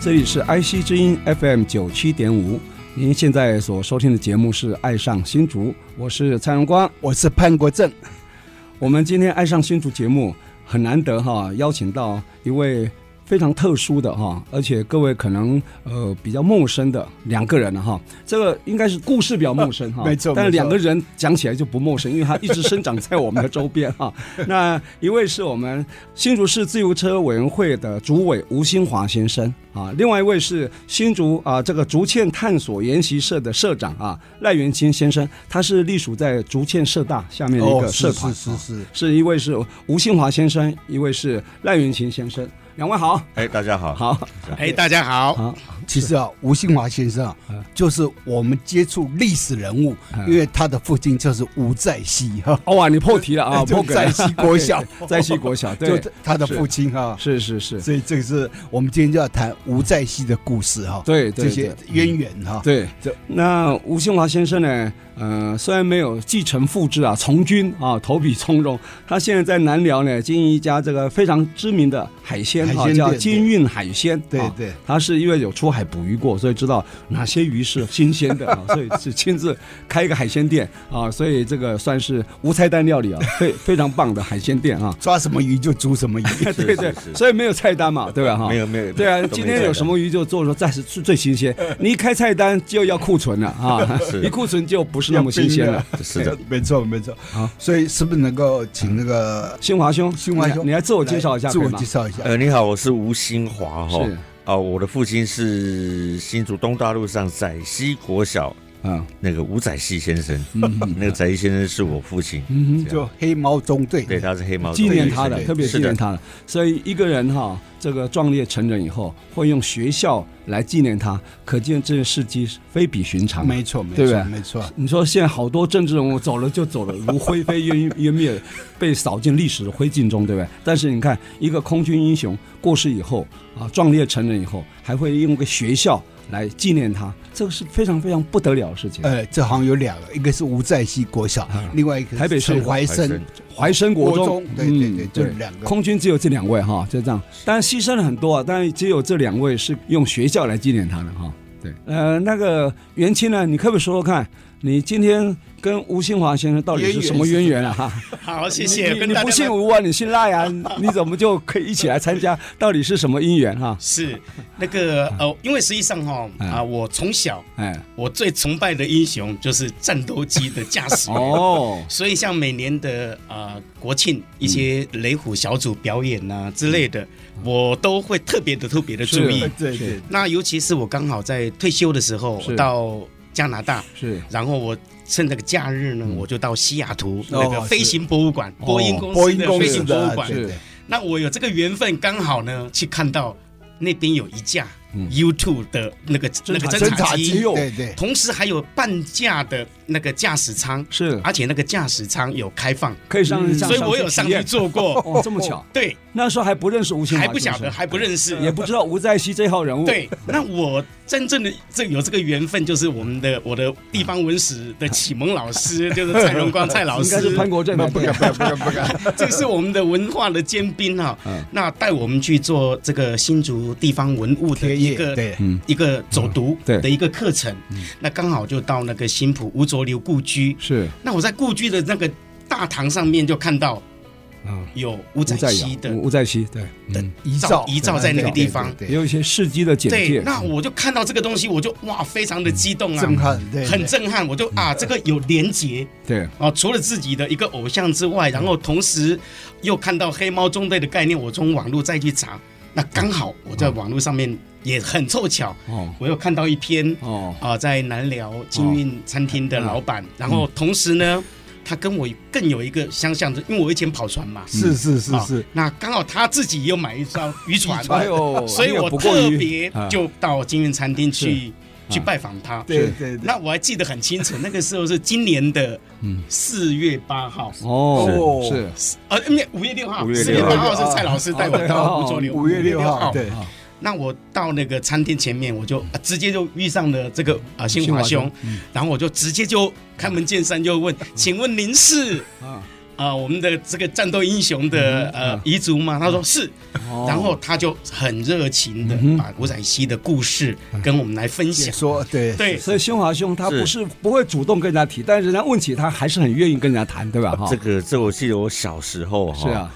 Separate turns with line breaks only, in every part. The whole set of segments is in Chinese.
这里是 IC 之音 FM 九七点五，您现在所收听的节目是《爱上新竹》，我是蔡荣光。
我是潘国正，
我们今天《爱上新竹》节目很难得哈，邀请到一位非常特殊的哈，而且各位可能呃比较陌生的两个人了哈。这个应该是故事比较陌生哈，
没错
但是
没错
两个人讲起来就不陌生，因为他一直生长在我们的周边哈。 那一位是我们新竹市自由车委员会的主委吴新华先生啊，另外一位是新竹啊这个竹堑探索研习社的社长啊赖元清先生，他是隶属在竹堑社大下面的一个社团，
哦是是
啊
是是，
是一位是吴新华先生，一位是赖云琴先生，两位好，
哎，大家好，
好，
哎，大家好，
好，
其实啊，吴兴华先生啊
嗯，
就是我们接触历史人物，
嗯
因为他的父亲就是吴在熙哈，
哦哇，你破题了啊，
就
破梗了
在西国小
对在西国小，
就
对，
他的父亲哈，
是是是，
所以这个是我们今天就要谈吴在熙的故事哈，
对对对嗯
这些。渊源哈，
对
啊这，
那吴兴华先生呢？呃，虽然没有继承父志啊，从军啊，投笔从戎，他现在在南寮呢经营一家这个非常知名的海鲜
海
啊，
鲜
叫
店
金运海鲜。
对
啊
对
他是因为有出海捕鱼过，所以知道哪些鱼是新鲜的啊，所以是亲自开一个海鲜店啊，所以这个算是无菜单料理啊，非非常棒的海鲜店啊。
抓什么鱼就煮什么鱼，
是
对对
是，是
所以没有菜单嘛，对吧？哈，
没有没有，
对啊
都没，
今天有什么鱼就做说暂时是最新鲜，你一开菜单就要库存了啊，
是
一库存就不是那么新鲜了。
在的？是的，，
没错没错
好。
所以是不是能够请那个
新华兄，
兴华
你来
兄，
你来自我介绍一下，
自我
可以吗
介绍一下，
呃，你好，我是吴新华哈，
是，
啊，我的父亲是新竹东大路上载西国小
嗯
那个吴载熙先生，
嗯
那个载熙先生是我父亲，
嗯
这样
就黑猫中队，
对，他是黑猫
哼，纪念他的，
对
特别纪
是的
念他的。所以一个人哈，这个壮烈成人以后，会用学校来纪念他，可见这个事迹非比寻常。
没错没
对不
错
对
没错。
你说现在好多政治人物走了就走了，如灰飞烟烟灭，被扫进历史的灰烬中，对不对？但是你看，一个空军英雄过世以后啊，壮烈成人以后，还会用个学校来纪念他，这个是非常非常不得了的事情。
呃，这好像有两个，一个是吴在熙国小，另外一个是
嗯台北市
陈怀
怀
生
生
怀生国
国
中
中，，对对
嗯
对，就是两个。
空军只有这两位哈，就这样。当然牺牲了很多啊，但只有这两位是用学校来纪念他的哈。对，呃，那个袁清呢，你可不可以说说看，你今天跟吴兴华先生到底是什么渊源啊？哈。
好，谢
你
谢，
你
跟
你
大
不
家
姓吴啊，你姓赖啊，你怎么就可以一起来参加？到底是什么因缘哈、
是那个呃，因为实际上 哈
嗯
啊，我从小
哎，
我最崇拜的英雄就是战斗机的驾驶 员。
哦，
所以，像每年的啊、呃国庆一些雷虎小组表演啊之类的，我都会特别的特别的注意
嗯是。
对对，
那尤其是我刚好在退休的时候
是
到加拿大，
是
然后我趁那个假日呢，我就到西雅图
哦
那个飞行博物馆，
嗯哦
波音公
波
司
音
的
公
飞
司
行博
的啊
物，馆。
对对
是
那我有这个缘分，刚好呢去看到那边有一架
嗯
U2 的那个、那
侦
个
察
侦察
察
机，
机
对对，
同时还有半价的那个驾驶舱，
是，
而且那个驾驶舱有开放，
可以上，上
啊嗯所以我有
上
上
去体
去
验
坐过。
哦，这么巧，
对，
那时候还不认识吴兴华，
还不晓
是嗯
得，还不认识，
也不知道吴在熙这号人物，，
对，那我真正的这有这个缘分，就是我们的我的地方文史的启蒙 老师，就是蔡荣光蔡老
应该
师
是，潘国正才对，
不敢不敢不敢，
这是我们的文化的尖兵哈、
嗯
那带我们去做这个新竹地方文物的
贴
一
页
个
对，
嗯，
一个走读
对
的一个课程，那刚好就到那个新浦吴浊流故居，
是，
那我在故居的那个大堂上面就看到
嗯，
有吴
吴
载
在
熙的
尧吴在熙，对，嗯，
遗
照
照
遗照在那个地方嗯
对
也
对
有一些事迹的简
对
介，，
那我就看到这个东西，我就哇非常的激动
对
啊，
震撼，对，
很
对
震撼，我就啊，这个有连结
对，
啊，除了自己的一个偶像之外，然后同时又看到黑猫中队的概念，我从网络再去查，那刚好我在网络上面也很凑巧，
哦
我又看到一篇
哦
啊、在南寮金运餐厅的老板，然后同时呢，他跟我更有一个相像的，因为我以前跑船嘛，
是是是
啊
是，
那刚好他自己又买一艘渔船，
哎呦，
所以
你也
我
不过
特
于
别
啊
就到金运餐厅去
是
去
啊
拜访他。
对
是
对对，
那我还记得很清楚，那个时候是今年的四月八号，
哦
是
是
呃，没五月六号，
五月
四
六
月
号
八号是蔡老师带我到
哦
五座流，
五月六
啊
号，对，
那我到那个餐厅前面，我就、呃直接就遇上了这个啊新
新华
华
兄嗯
兄，然后我就直接就开门见山就问：“请问您是
啊嗯
啊、我们的这个战斗英雄的、呃彝族吗？”他说是，
哦嗯
然后他就很热情的把吴展熙的故事跟我们来分
解
享。
说对
对，
所以新华兄他不是不会主动跟人家提，但是人家问起他还是很愿意跟人家谈，对
啊
吧？哈
这，个这我记得我小时候哈，
啊是啊，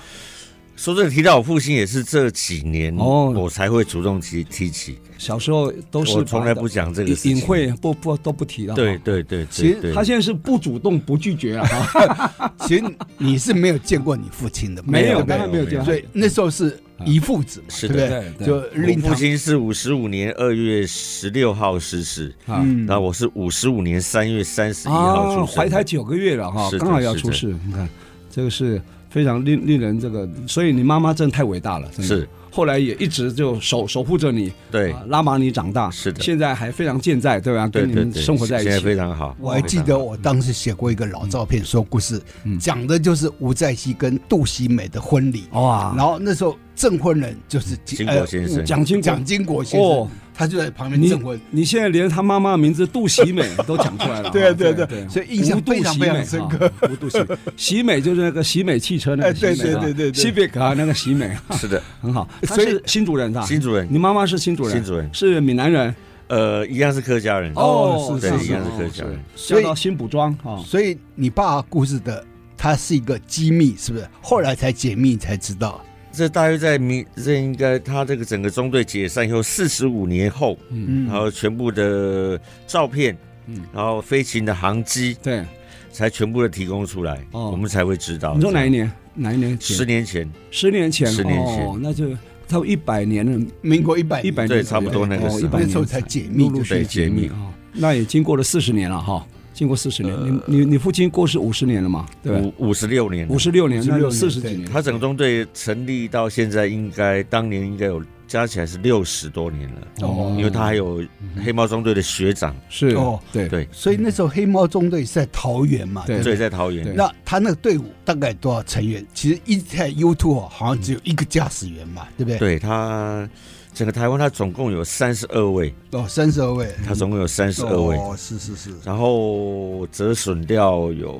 说真的，提到我父亲也是这几年
哦
我才会主动提提起，
小时候都是
我从来不讲这个
隐
事情
隐。晦，不不都不提了。
对
哈，
对对，对
其实
对
他现在是不主动不拒绝了啊哈，
其实你是没有见过你父亲的，
没有
对不
当
对
然没有见
没
过
有
所以那时候是一父子嘛，
是
对不
的对对
对？就令
我
他
父亲是五十五年二月十六号逝世，
啊
然后我是五十五年三月三十一号出
啊，
生，
怀胎九个月了哈，
是的
刚好要出世，你看这个是非常令令人这个，所以你妈妈真的太伟大了，真的
是。
后来也一直就守守护着你，
对
啊拉拔你长大，
是的
现在还非常健在，对吧？
对
跟你
对
们
对，
生活在一
现在
起，
非常好。
我还记
非
得
常好
我当时写过一个老照片说故事，
嗯
讲的就是吴在熙跟杜喜美的婚礼。
哇
然后那时候证婚人就是呃
金国先生
蒋经国
蒋经国先生
哦，
他就在旁边
你
证婚。
你现在连他妈妈的名字杜喜美都讲出 来了，
对
啊
对
对
对所以印象
吴杜
非常
喜美
非常深刻
啊。 吴杜喜美，喜美就是那个喜美汽车那个
哎
喜美
对
啊，
对对对对
西北啊那个喜美，
是的，
很好。他
所以
是新主人的，
新主人
你妈妈是新主人，
新主人
是闽南人
呃，一样是客家人
哦
对
是，是
一样是客家人，
嫁到新补庄啊，
所以你爸故事的他是一个机密，是不是？后来才解密才知道。
这大约在民，这应该他这个整个中队解散以后四十五年后，然
嗯，
后全部的照片，
嗯
然后飞行的航机
对。
才全部的提供出来，
哦
我们才会知道。
你说哪一？年？哪一年？
十年前，
十年前，
十年前
哦，那就差不多一百年了，
民国一百
一
年
百年哦
对差不多那个时候
一百
那时候才解密
陆陆续续
对
解
解
密
密
啊。那也经过了四十年了哈，经过四十年，你你你父亲过世五十年了嘛？对吧，
五五十六年，
五十六年，
56
那
年
有四十几年。
他整个中队成立到现在，应该当年应该有加起来是六十多年了，
哦
因为他还有黑猫中队的学长，
是
哦
对
对，
所以那时候黑猫中队是在桃园嘛，
对
所以在桃园
对。
那他那个队伍大概多少成员？其实一台 U two 好像只有一个驾驶员嘛，对不对？
对他整个台湾，他总共有三十二位，
哦，三十二位，
他总共有三十二位，
哦，是是是，
然后折损掉有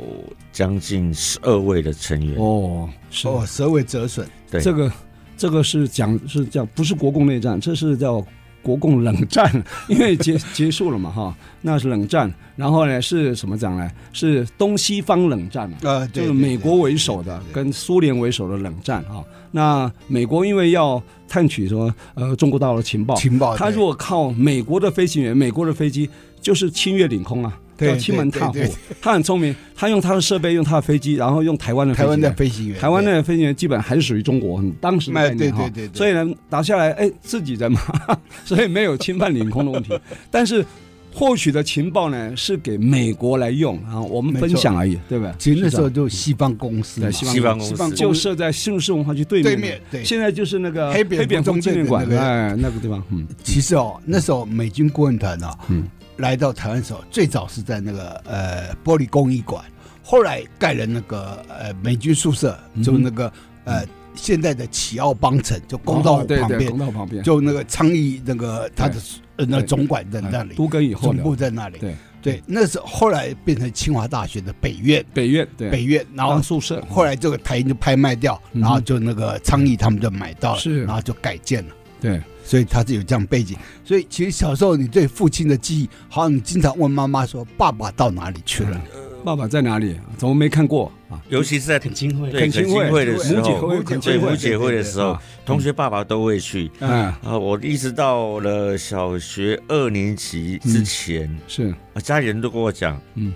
将近十二位的成员。
哦是
哦，蛇尾折损，
对
这个这个是讲是叫不是国共内战，这是叫国共冷战， 因为结结束了嘛哈，那是冷战。然后呢是什么讲呢？是东西方冷战啊。
呃，
就
对
是美国为首的跟苏联为首的冷战啊。那美国因为要探取说呃中国大陆的情报，
情报，
他如果靠美国的飞行员、美国的飞机，就是侵越领空啊，
对
叫欺门踏户
对对对。
他很聪明，他用他的设备、用他的飞机，然后用台湾的飞
台
行
湾
员
的飞行员，
台湾的飞行员基本还是属于中国，当时的概念
哎对
哈
对对对
所以呢，打下来，哎，自己人嘛， 所以没有侵犯领空的问题。但是获取的情报呢，是给美国来用啊，我们
没错
分享而已，对吧？
其实嗯那时候
是这样
就西方公司嘛
对，
西方公司
西方就设在新竹市文化区对面，
对面对
现在就是那个
黑蝙蝠
蝠
中
纪念
队
馆，
对不对
哎，那个地方，嗯，
其实哦，那时候美军顾问团啊，
嗯
来到台湾的时候，最早是在那个呃玻璃工艺馆，后来盖了那个呃美军宿舍，
嗯
就那个、呃现在的启奥邦城，就公道
哦
湖
对
旁
对
边，
公道旁边，
就那个昌邑那个他的
对
呃那
对
总管在
哎
那里，
都跟以后
总
的
部在那里。
对嗯
对，那是后来变成清华大学的北院，
北院，对
北院，然后
当宿舍，
后来这个台银就拍卖掉，
嗯哼
然后就那个昌邑他们就买到了，
是
然后就改建了。
对，
所以他是有这样背景。所以其实小时候你对父亲的记忆，好像你经常问妈妈说：“爸爸到哪里去了
爸爸在哪里？怎么没看过啊？
尤其是在
恳亲会，
对
恳
恳
亲会
亲会的时
母
候，
姐会恳
对
亲会
母姐会的时候
啊，
同学爸爸都会去。
嗯，
啊，我一直到了小学二年级之前，
是
啊，家里人都跟我讲，
嗯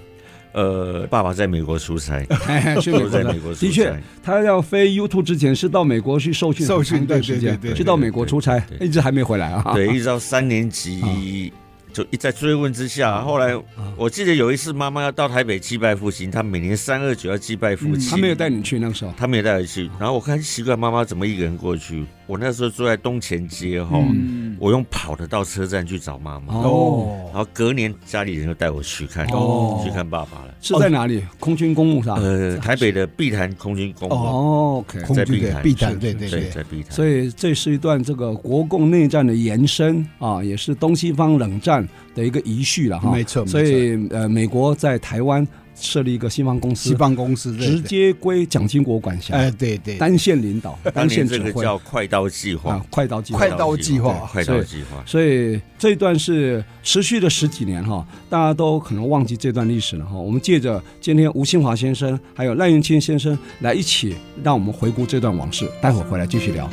嗯，呃，爸爸在美国 出差，
去哎美
都
国
在
的
美国出差。
的确，他要飞 YouTube 之前是到美国去受训
受训
很长一段时
对对对
间，
对
去到美国出差
对，对
一直还没回来啊。
对，一直到三年级，就一再追问之
啊
下，后来我记得有一次妈妈要到台北祭拜父亲，她每年三二九要祭拜父
嗯
亲，
他没有带啊你去那个时候。
他没有带我去。然后我看奇怪，妈妈怎么一个人过去？我那时候住在东前街哈，
嗯
我用跑的到车站去找妈妈。
哦，
然后隔年家里人就带我去看，
哦
去看爸爸了。
是在哪里？空军公墓是吧？啊
呃，台北的碧潭空军公墓，
哦，OK。
空
在
军
碧
的
潭，
碧潭对对
对
对
在碧潭。
所以这是一段这个国共内战的延伸啊，也是东西方冷战的一个遗绪了哈。
没错没错
所以呃，美国在台湾设立一个西方公
西
司，
方公哎司对
直，接归蒋经国管辖，
哎对对，
单线领导，
当
单
年
线
这
指
个
挥
叫快刀计划
啊，，快刀计划
快。刀计划
快刀计划。
所以这一段是持续了十几年哈，大家都可能忘记这段历史了哈。我们借着今天吴新华先生还有赖云清先生来一起，让我们回顾这段往事。待会儿回来继续聊。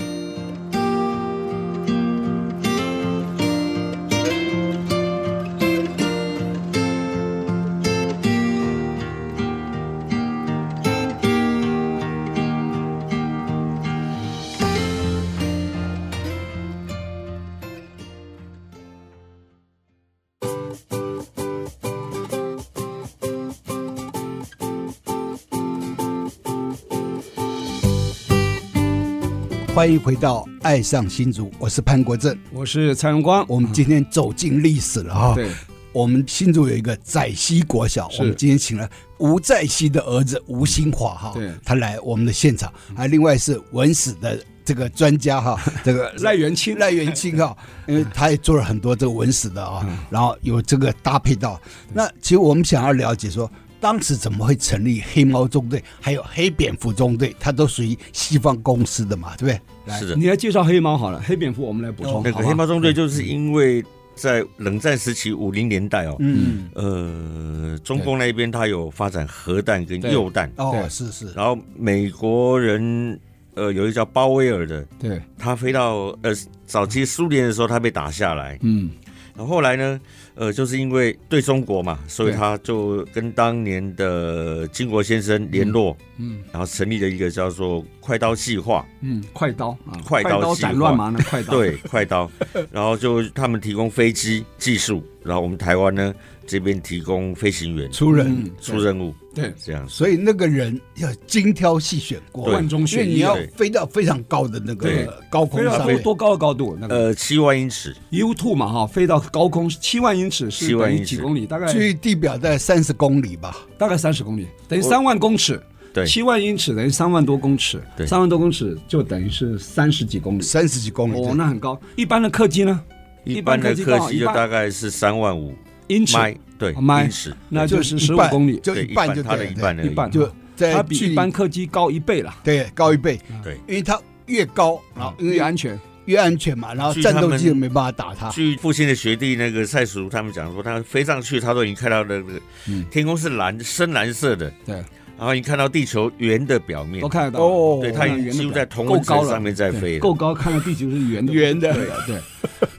欢迎回到《爱上新竹》，我是潘国正。
我是蔡荣光，
我们今天走进历史了哈、
啊对
我们新竹有一个载熙国小，
是
我们今天请了吴载熙的儿子吴兴华哈
对，嗯
他来我们的现场，啊，另外是文史的这个专 家哈，这个
赖元清
赖元清 哈，因为他也做了很多这个文史的
嗯
啊，然后有这个搭配到。那其实我们想要了解说。当时怎么会成立黑猫中队，还有黑蝙蝠中队？它都属于西方公司的嘛，对不对？来
是的，
你来介绍黑猫好了，黑蝙蝠我们来补充。好
那
啊
个
吧
黑猫中队就是因为在冷战时期五零年代哦，
嗯，
呃，中共那边它有发展核弹跟
对
铀弹，
哦，
对
是是，
然后美国人呃有一个叫鲍威尔的，
对，
他飞到呃早期苏联的时候他被打下来，
嗯，
然后后来呢，呃，就是因为对中国嘛，所以
对
他就跟当年的金国先生联络，
嗯
然后成立了一个叫做快刀计 划，
嗯，快刀啊，
快刀计划
斩乱 麻呢，快刀。
对，快刀，然后就他们提供飞机技术，然后我们台湾呢这边提供飞行员
出人
嗯，
出任务，
对，
这样子。
所以那个人要精挑细选过，
对
万中
因为
选
你
一
要
啊。
对
飞到非常高的那
对
个高空
飞到
上
多
面，
多高的高度？那个
呃，七万英尺，
U two 嘛哈，飞到高空七万英尺是
7万
等
英
于
尺
几公里？大概
距地表在三十公里吧，
大概三十公里，等于三万公尺。
对
七万英尺等于三万多公尺，
对
三万多公尺就等于是三十几公里。
三十几公里。
哦，那很高。一般的客机呢？
一般的客机就
大
大概是三万五
英尺，
迈，对，
哦迈
英尺，
那就是
一
十五
半
公里，
就
对
一半就
它的
对
一
对
半而已嗯
一半
就在
它比
距离
一般客机高一倍了，
对嗯高一倍，
对。
啊因为它越高，然后
越
越安
安全。
越安全嘛，然后
据
战
他
斗
们
机也没办法打它。
据父亲的学弟那个蔡叔他们讲说，他飞上去，他都已经看到那个
嗯
天空是蓝深蓝色的，
对，
然后已经看到地球圆的表面
都，看得到。
哦
对，他已经
圆的
几乎在
表
同
够
温层
高了
上面在
对
飞了，
够高，看到地球是圆的。
圆的
对对，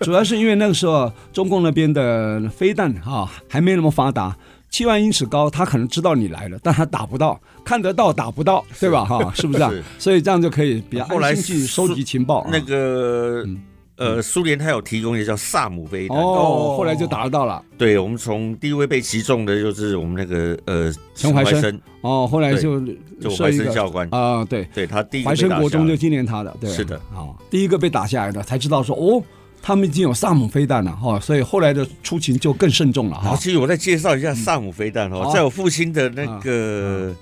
主要是因为那个时候中共那边的飞弹啊还没那么发达。七万英尺高，他可能知道你来了，但他打不到，看得到打不到，对吧？ 哈，是不是啊
是？
所以这样就可以比较
后来
安心去收集情报啊。嗯
那个呃，苏联它有提供一个叫萨姆飞弹，
哦，后来就打得到了。
对我们从第一位被击中的就是我们那个呃
陈怀生
生，
哦，后来就
就
设
怀
一
生
个
教官，
啊，对，
对他第一个
怀
被
生
打
国
下
中就
来，
纪念他的，对，
是的，
哦，第一个被打下来的才知道说哦，他们已经有萨姆飞弹了哈、哦，所以后来的出勤就更慎重了
好，
哈。
其实我再介绍一下萨姆飞弹
好
哦
啊，
在我父亲的那个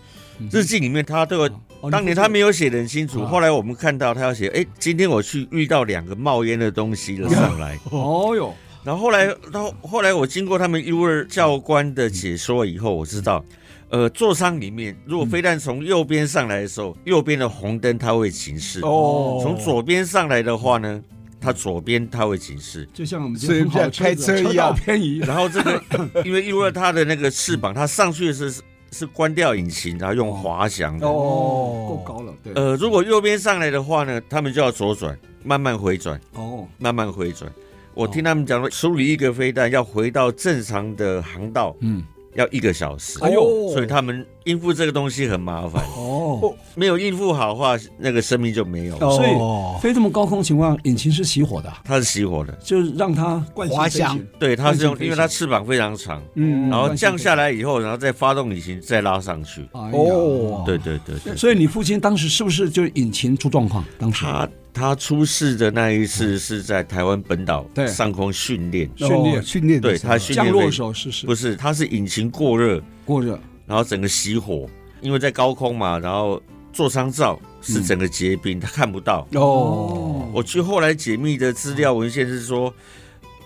日记里面，他都有
哦
当年他没有写得很清楚，
啊
后来我们看到他要写，哎，今天我去遇到两个冒烟的东西
啊
了上来，
哦哟，
然后后来到后来我经过他们 U 二教官的解说以后，我知道，呃，座舱里面如果飞弹从右边上来的时候，右边的红灯它会警示，
哦
从左边上来的话呢，它左边它会警示。
就像我们
所以
今天很好的
像开
车
车
子
一
车道
样
偏移，
然后这个因为 U 二它的那个翅膀，它上去是是关掉引擎，然后用滑翔的。
哦，够高了，对，
呃，如果右边上来的话呢，他们就要左转，慢慢回转，
哦，
慢慢回转。我听他们讲说，处理一个飞弹要回到正常的航道，
嗯，
要一个小时，
哎呦
所以他们应付这个东西很麻烦，
哦，
没有应付好的话，那个生命就没有了。
所
哦
以飞这么高空情况，引擎是熄火的啊，
它是熄火的，
就是让它惯性
滑
飞行
翔，
对，它是
惯性
用，
飞行
因为它翅膀非常长，
嗯，
哦然后
惯性
降
飞
下来以后，然后再发动引擎再拉上去。
行，
哦
哦，
对对对对，
所以你父亲当时是不是就引擎出状况？当时
他他出事的那一次是在台湾本岛
对
上空训练，
训练
哦训练的
对
时候，
他训
降
练
落
被
的时候是是
不是，它是引擎过热，
过热，
然后整个熄火，因为在高空嘛，然后座舱罩
嗯
是整个结冰，他看不到。
哦，
我去后来解密的资料文献是说，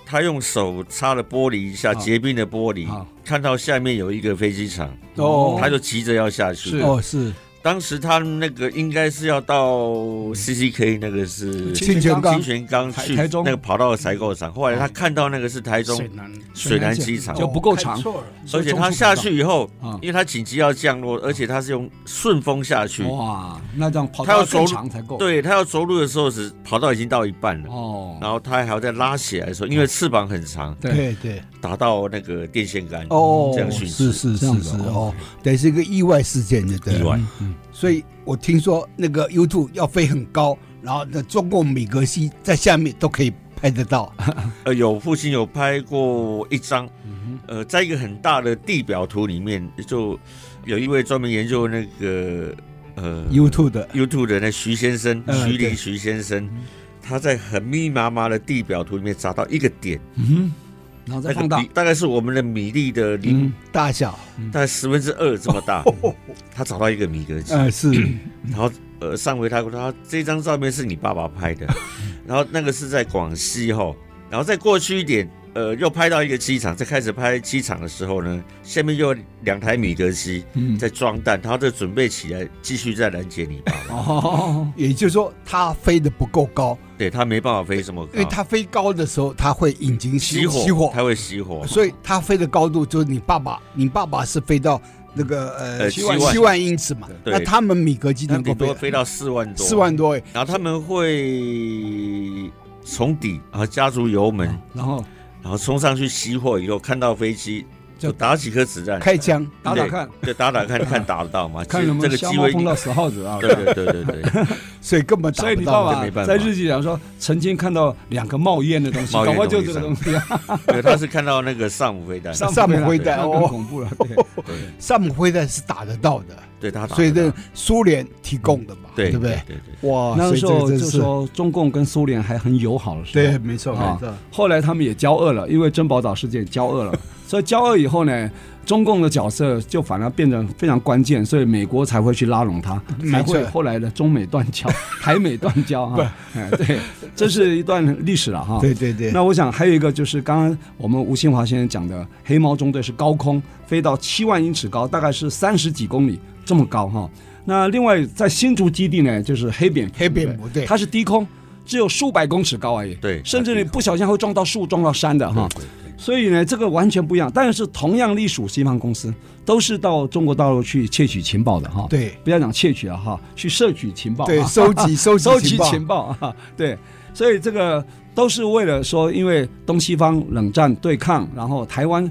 他用手擦了玻璃一下
啊
结冰的玻璃
啊，
看到下面有一个飞机场，
嗯
哦
他就急着要下
是
去。
哦是
当时他们那个应该是要到 CCK 那个是
清
泉
刚
清泉岗去
台台中
那个跑道的采购场，后来他看到那个是台中
水南
水南机场，
就不够长
看错 了
而且他下去以后
啊，
因为他紧急要降落，而且他是用顺风下去，
哇，那这样跑
他
道
要
更
走
长才够。
对他要着陆的时候是跑道已经到一半了，
哦，
然后他还要再拉起来的时候，因
嗯
为翅膀很长，
对，
对嗯对
打到那个电线杆，
哦
这样训
是
斥
是
这样
是
子
是
哦
哦，等于是一个意外事件，对不对？
意外。
嗯
所以我听说那个 YouTube 要飞很高，然后那中共米格西在下面都可以拍得到。
呃，有父亲有拍过一张，
嗯
呃，在一个很大的地表图里面，就有一位专门研究那个呃
YouTube 的
YouTube 的那徐先生，
嗯
徐
对
林徐先生，他在很密密麻麻的地表图里面找到一个点，
嗯，然后再
那
放
个
大
比，大概是我们的米粒的零
嗯，
大小，
大概十分之二这么大，
哦
他找到一个米格机，
呃，是
然后呃上回他说他这张照片是你爸爸拍的， 然后那个是在广西吼，然后再过去一点，呃又拍到一个机场，在开始拍机场的时候呢，下面又有两台米格机
嗯，
在装弹，他就准备起来继续再拦截你爸爸，
哦，
也就是说它飞得不够高，
对他没办法飞这么
因为
高，
它飞高的时候它会引擎
熄火，
熄
他
火，
会熄火，
所以它飞的高度就是你爸爸，你爸爸是飞到那个呃
呃
七
七
万
万
七万英尺嘛，
对
那他们米格机
他
能够
顶多
飞啊
飞到四万多，
四万多哎，
然后他们会从底啊加足油门，
嗯
然后
然后冲上去熄火以后，看到飞机
就
就打几颗子弹，
开枪
打打看，
就打打看看打得到 吗？
看
其
有
实
没
这
有
个
瞎
机
猫
会
碰到死耗子啊。
对对对对对，
所以根本打
所以
不
你爸
到。
就没
爸
办法
在日记讲说，曾经看到两个冒烟的东西，
冒
搞
烟
不
的
好
东西
就这个东西啊，
因为他是看到那个 上午飞弹，
上不回
那
弹
更
哦，
恐怖了。对，
对
萨姆灰弹是打得到的，
对他打得到，嗯
所以呢，苏联提供的嘛，
对
不对
对？对对，
哇
那个时候就
所以这个真是
说中共跟苏联还很友好的时候，
对，没错，
啊
没错。
后来他们也交恶了，因为珍宝岛事件交恶 了，所以交恶以后呢，中共的角色就反而变得非常关键，所以美国才会去拉拢他，
没
才
错
会后来的中美断 交、台美断交啊，哎对，这是一段历史了哈。
对对对，
那我想还有一个就是刚刚我们吴新华先生讲的，黑猫中队是高空飞到七万英尺高，大概是三十几公里这么高哈。那另外在新竹基地呢，就是黑扁
黑蝙蝠对，
它是低空，只有数百公尺高而已。
对
甚至你不小心还会撞到树、撞到山的哈。
对对
所以呢，这个完全不一样。但是同样隶属西方公司，都是到中国大陆去窃取情报的哈。，
对
不要讲窃取了哈，去摄取情报。
对，
啊
收集收集
收集
报
情报啊，对，所以这个都是为了说，因为东西方冷战对抗，然后台湾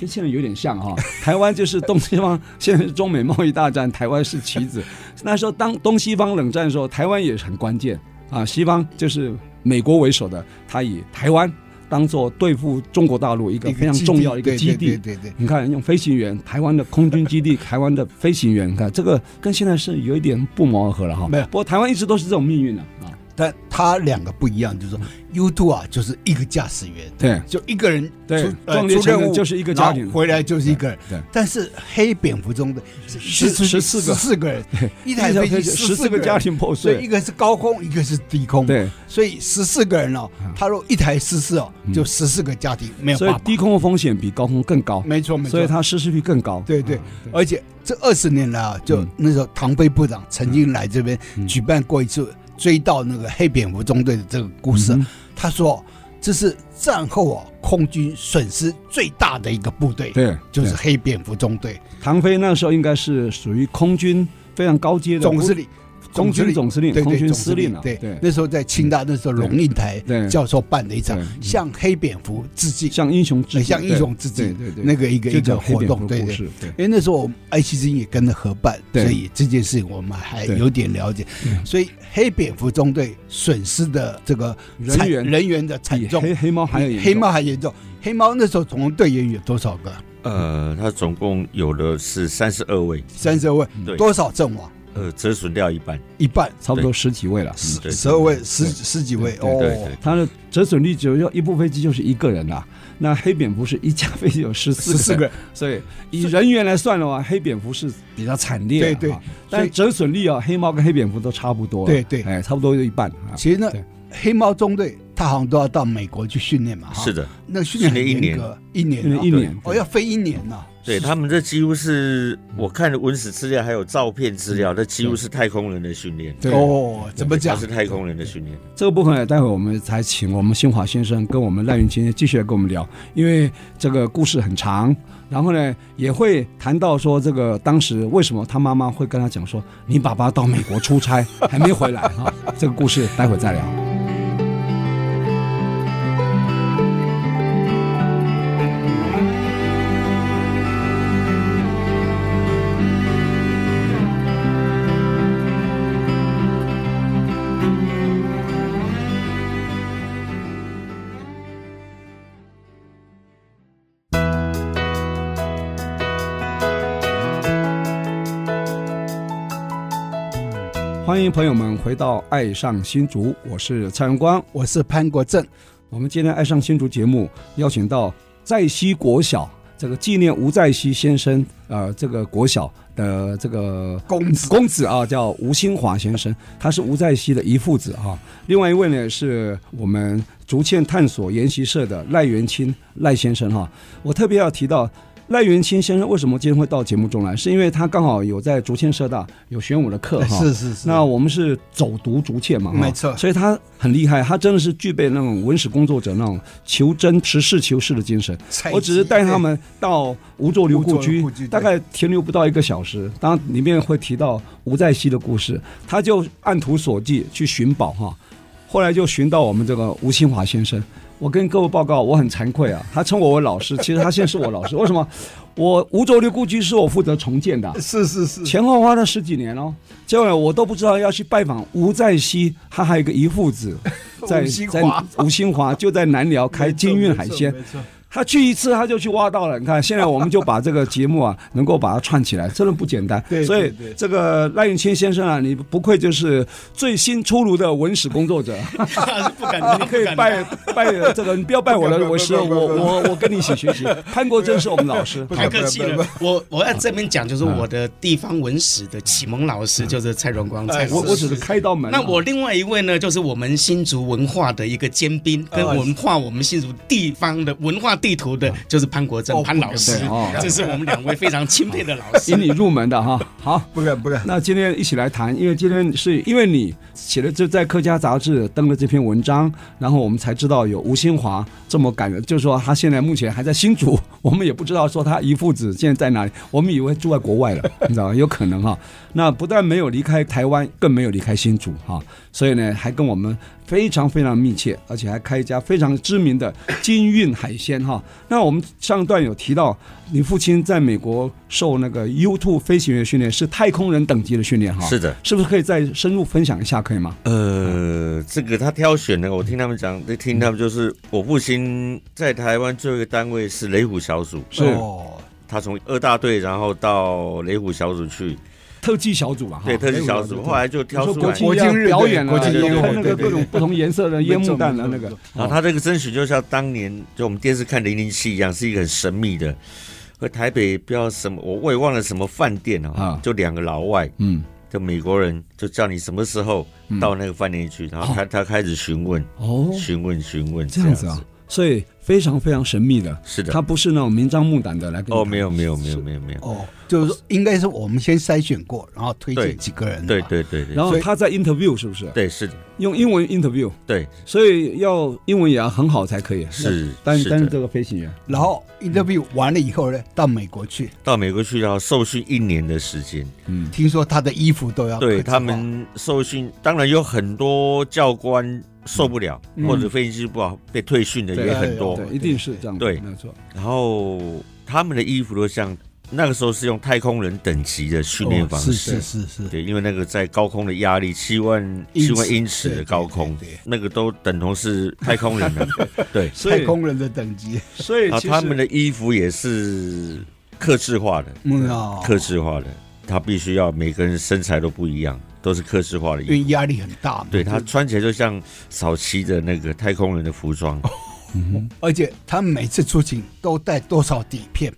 跟现在有点像哈、啊 台湾就是东西方，现在是中美贸易大战，台湾是棋 子。那时候当东西方冷战的时候，台湾也是很关键啊，西方就是美国为首的，他以台湾当做对付中国大陆一个
一个
非常
基地
重要的一个基地。
对对对对对
你看，用飞行员，台湾的空军基 地，台湾的飞行员，你看这个跟现在是有一点不谋而合了哈。
没有
不过台湾一直都是这种命运的啊。
但它两个不一样，就是说 U two 啊，就是一个驾驶员，
对
就一个人
对
出呃
壮烈
出任
成
务
人就是一个家庭
然后回来就是一个人。
对对
但是黑蝙蝠中的
十
十
十四个
四个人，一台飞机
十
四
四个家
人，
庭破
所以一
碎，
个是高空，一个是低空，
对，嗯
所以十四个人哦，他若一台失事哦，就十四个家庭没有
所
办
以
法。
低空的风险比高空更高，
没错没错，
所以它失事率更高。
对对，而且这二十年来啊，
嗯
就那时候唐飞部长曾经来这边举办过一次追悼那个黑蝙蝠中队的这个故事，
嗯
他说这是战后啊空军损失最大的一个部队，
对，
就是
对
黑蝙蝠中队，
唐飞那时候应该是属于空军非常高阶的
总司令，
空军总司令
对
空
对，
军
总
司令啊
对
对嗯
那时候在清大，那时候龙应台
对
教授办的一场
对嗯
向黑蝙蝠致敬，
向英雄致
呃
敬，
向英雄致
对
敬
对对，
那个一个
就
一
讲
个
黑
活
蝙蝠
动，对
故
对。
事，对
因为那时候我们爱惜之音也跟着合办，
对
所以这件事情我们还
对
有点了解。所以黑蝙蝠中队损失的这个
人
惨
员
人员的惨
比
重，
黑黑猫还有
比黑猫还严重。黑猫那时候总共队员有多少个？
呃，他总共有的是三十二位，
三十位
嗯对，
多少阵亡？
呃，折损掉一半。
一半，
差不多十几位了。
嗯对
十十二位，
对
十十几位
对
对对
哦
对，
它的折损率只有一部飞机就是一个人啦、那黑蝙蝠是一架飞机有十四
十四个，
所以以人员来算的话，黑蝙蝠是比较惨烈的、
对对
啊，
所
但
以
折损率啊，黑猫跟黑蝙蝠都差不多了，
对对
哎，差不多就一半啊。
其实呢
对，
黑猫中队他好像都要到美国去训练嘛，哈
是，的，
那训练很
训练一
严格，一年
因为
啊
一年，
哦要飞一年呐，
对
是
他们这几乎是我看的文史资料还有照片资料，那几乎是太空人的训练。
对
嗯哦，怎么
他
讲
是？太空人的训练。
这个部分呢，待会我们才请我们新华先生跟我们赖云清继续来跟我们聊，因为这个故事很长，然后呢也会谈到说这个当时为什么他妈妈会跟他讲说你爸爸到美国出差还没回来啊，这个故事待会再聊。欢迎朋友们回到《爱上新竹》，我是蔡荣光。
我是潘国正，
我们今天《爱上新竹》节目邀请到在西国小这个纪念吴在西先生，呃，这个国小的这个
公子
公子啊，叫吴新华先生，他是吴在西的一父子啊。另外一位呢，是我们竹堑探索研习社的赖元清赖先生哈、我特别要提到。赖元清先生为什么今天会到节目中来？是因为他刚好有在竹堑社大有玄武的课 哈、
是是是，
那我们是走读竹堑嘛，哈
没错
所以他很厉害，他真的是具备那种文史工作者那种求真、实事求是的精神。
采集
我只是带他们到吴作留故
吴作留
居
故居，对
大概停留不到一个小时。当然里面会提到吴在熙的故事，他就按图索骥去寻宝哈。后来就寻到我们这个吴清华先生。我跟各位报告，我很惭愧啊，他称我为老师，其实他现在是我老师。为什么？我吴作留故居是我负责重建的，
是是是，
前后花了十几年哦，结果呢我都不知道要去拜访吴在熙，他还有一个姨父子，在
吴兴
在
华
吴兴华就在南寮开金运海鲜
没，错，没错
他去一次他就去挖到了。你看，现在我们就把这个节目啊，能够把它串起来，真的不简单。
对对
所以
对
这个赖永清先生啊，你不愧就是最新出炉的文史工作 者，
不敢当，
你 可以
不敢当
拜拜这个，你不要拜我的为师，我我我跟你一起学习。潘国珍是我们老师，
太客气了，我我要这边讲，就是
嗯
我的地方文史的启蒙老师就是蔡荣光，蔡
哎我
老师
我只是开到门啊。
那我另外一位呢，就是我们新竹文化的一个尖兵，
哦
跟文化我们新竹地方的文化地图的，就是潘国正潘老师
对哦，
这是我们两位非常钦佩的老
引
师。
你入门的哈，好。
不敢不敢。
那今天一起来谈，因为今天是因为你写了这在客家杂志登了这篇文章，然后我们才知道有吴新华这么感人，就是说他现在目前还在新竹， 我们也不知道说他姨父子现在在哪里，我们以为住在国外了，你知道吗？有可能哈、那不但没有离开台湾，更没有离开新竹哈、所以呢，还跟我们非常非常密切，而且还开一家非常知名的金运海鲜哈、那我们上段有提到，你父亲在美国受那个 U two 飞行员训练，是太空人等级的训练哈、
是的，
是不是可以再深入分享一下，可以吗？
呃，这个他挑选的，我听他们讲，听他们就是我父亲在台湾最后一个单位是雷虎小组，
哦，
他从二大队然后到雷虎小组去，
特技小组嘛，啊
哦
哈哎
对特技小组，后来就挑
说
出
国
来
际。
国庆日
表演啊，
对国
庆日
看那
对对
个
对
各种不同颜色的烟幕弹的啊那
没错没错
个哦
没，
然后他这个甄选就像当年就我们电视看《零零七》一样，是一个很神秘的，和台北不知道什么，我我也忘了什么饭店
啊
啊，就两个老外，
嗯，
就美国人，就叫你什么时候
嗯
嗯
到那个饭店去，然后他他开始询问，
哦，
询问询问，
这样子啊
子。
所以非常非常神秘的，
是的
它不是那种明张目胆的来跟你
哦，
谈
没有没有没有没有没有，
哦，就是说应该是我们先筛选过，然后推
对
荐几个人，
对，对对对，
然后
所以
他在 interview 是不是？
对是的，
用英文 interview，
对
所以要英文也要很好才可以。
是
但
是
但是
的
这个飞行员，
然后 interview 完了以后呢，到美国去，
到美国去要受训一年的时间，
嗯，
听说他的衣服都
啊
要刻
对
字
他
化
们受训，当然有很多教官受不了，
嗯
或者飞行技术不好被退训的
对哎
也很
嗯
哦
多
对，，一定是这样的，
对
没有错。
然后他们的衣服都像那个时候是用太空人等级的训练方
哦
式，
是是是是，
对，因为那个在高空的压力，七万
英
七
尺
万英尺的高空
对对对对，
那个都等同是太空 人了。对，
所
太
以
空人的等级，
所以
然后
其
啊他们
实
的衣服也是克制化的，
嗯啊，
克制化的，他必须要每个人身材都不一样，都是克制化的
因
衣
为
服。
压力很大嘛，
对嗯他穿起来就像早期的那个太空人的服装，
而且他们每次出勤都带多少底片？